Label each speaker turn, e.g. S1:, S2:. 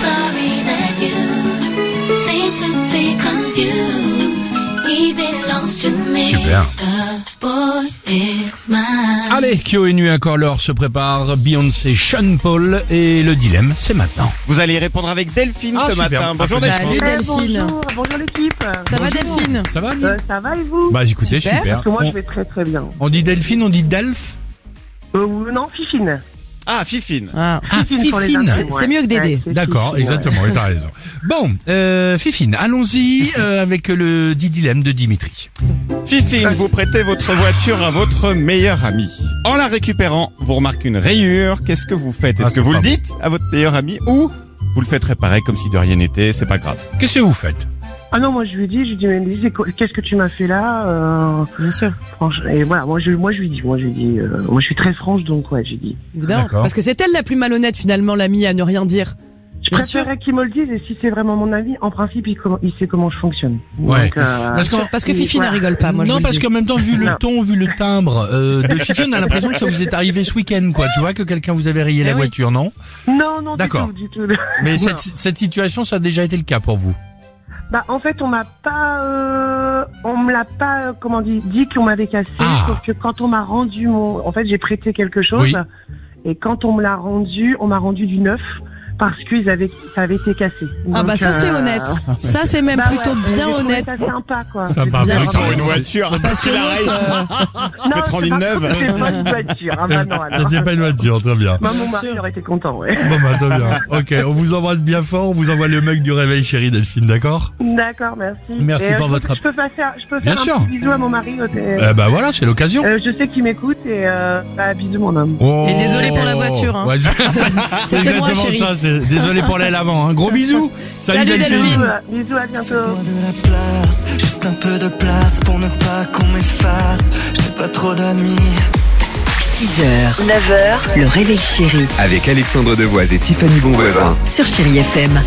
S1: sorry that you seem to be confused. He belongs to me.
S2: Super.
S1: The boy is mine.
S2: Allez, Kyo et Nu encore l'or se prépare. Beyoncé, Sean Paul et le dilemme, c'est maintenant.
S3: Vous allez répondre avec Delphine
S2: Ah,
S3: ce
S2: super.
S3: matin. Bonjour
S2: Ah,
S3: Delphine.
S4: Ouais, Bonjour, bonjour l'équipe.
S5: Ça va Delphine
S2: Ça va Nu
S4: Euh, ça va et vous
S2: Bah écoutez, super.
S4: Parce que moi je
S2: On,
S4: vais très très bien.
S2: on dit Delphine, on dit Delph.
S4: Euh, non, Fifine.
S3: Ah, Fifine.
S5: Ah.
S2: Ah,
S4: pour les
S2: Fifine.
S4: intimes,
S5: C'est-
S4: ouais.
S5: c'est mieux que Dédé.
S4: Ouais, c'est
S2: D'accord,
S4: Fifine,
S2: exactement, oui, t'as raison. Bon, euh, Fifine, allons-y euh, avec le dit dilemme de Dimitri.
S3: Fifine, vous prêtez votre voiture à votre meilleur ami. En la récupérant, vous remarquez une rayure. Qu'est-ce que vous faites Est-ce
S2: Ah,
S3: que vous
S2: c'est
S3: le
S2: pas
S3: dites à votre meilleur ami ou vous le faites réparer comme si de rien n'était C'est pas grave.
S2: Qu'est-ce que vous faites
S4: ouais. Ah non, moi je lui dis, je lui dis, mais Lise, qu'est-ce que tu m'as fait là euh,
S5: Bien sûr.
S4: franche- Et voilà, moi je, moi je lui dis, moi je lui dis, euh, moi je suis très franche donc ouais, j'ai dit.
S5: Évidemment.
S2: D'accord.
S5: Parce que c'est elle la plus malhonnête finalement, l'amie, à ne rien dire.
S4: Je
S5: Bien sûr.
S4: préférerais qu'il me le dise et si c'est vraiment mon avis, en principe il, com- il sait comment je fonctionne.
S2: Ouais.
S4: Donc, euh,
S2: Parce qu'en-
S5: Parce que
S4: Oui,
S5: Fifi ne
S4: voilà.
S5: rigole pas, moi je vous
S2: non,
S5: le
S2: parce
S5: dis.
S2: qu'en même temps, vu le
S4: Non.
S2: ton, vu le timbre euh, de Fifine, on a l'impression que ça vous est arrivé ce week-end, quoi. Tu vois que quelqu'un vous avait rayé
S5: Eh
S2: la
S5: oui.
S2: voiture, non
S4: non, non, du
S2: D'accord.
S4: tout, du tout.
S2: Mais
S4: Non.
S2: cette, cette situation, ça a déjà été le cas pour vous.
S4: Bah en fait on m'a pas, euh, on me l'a pas, euh, comment dit, dit qu'on m'avait cassé.
S2: Ah.
S4: Sauf que quand on m'a rendu mon, en fait j'ai prêté quelque chose
S2: Oui.
S4: et quand on me l'a rendu, on m'a rendu du neuf parce qu'ils avaient, ça avait été cassé.
S5: Ah
S4: Donc,
S5: bah ça
S4: euh,
S5: c'est honnête. Ça c'est même
S4: bah
S5: plutôt
S4: ouais, j'ai
S5: bien
S4: trouvé
S5: honnête.
S4: Ça sympa quoi.
S2: Sympa,
S4: J'ai
S2: bien
S4: trouvé
S2: sûr.
S4: ça-
S2: Pour une
S3: voiture.
S5: Parce que l'autre, euh,
S4: Non,
S3: te rendre une
S4: c'est pas-
S3: neuve.
S4: C'est pas une voiture. Ah bah non alors.
S2: C'était pas une voiture, très bien.
S4: Moi,
S5: Bien
S4: mon mari
S5: sûr.
S4: aurait été content, ouais.
S2: Bon bah très bien. Ok, on vous embrasse bien fort, on vous envoie le mug du réveil chérie Delphine, d'accord
S4: D'accord, merci.
S2: Merci
S4: Et, euh,
S2: pour
S4: je
S2: votre
S4: peux- Je peux pas faire, je peux
S2: Bien
S4: faire un
S2: sûr.
S4: petit bisou à mon mari. euh,
S2: Eh bah voilà, c'est l'occasion.
S4: euh, je sais qu'il m'écoute et euh, bah, bisous mon homme.
S2: Oh.
S5: Et désolé pour la voiture, hein.
S2: Ouais, c'est- c'est
S5: c'était
S2: exactement
S5: moi chérie.
S2: ça, c'est- désolé pour l'aile avant. Un gros bisou. Salut,
S5: Salut,
S2: Delphine.
S5: Delphine.
S4: Bisous, euh, bisous, à bientôt.
S6: Fais-moi de la place, juste un peu de place pour ne pas qu'on m'efface. J'ai pas trop d'amis.
S7: 6h, 9h, le réveil chéri
S8: Avec Alexandre Devoise et Tiffany Bonvoisin.
S7: sur Chéri FM.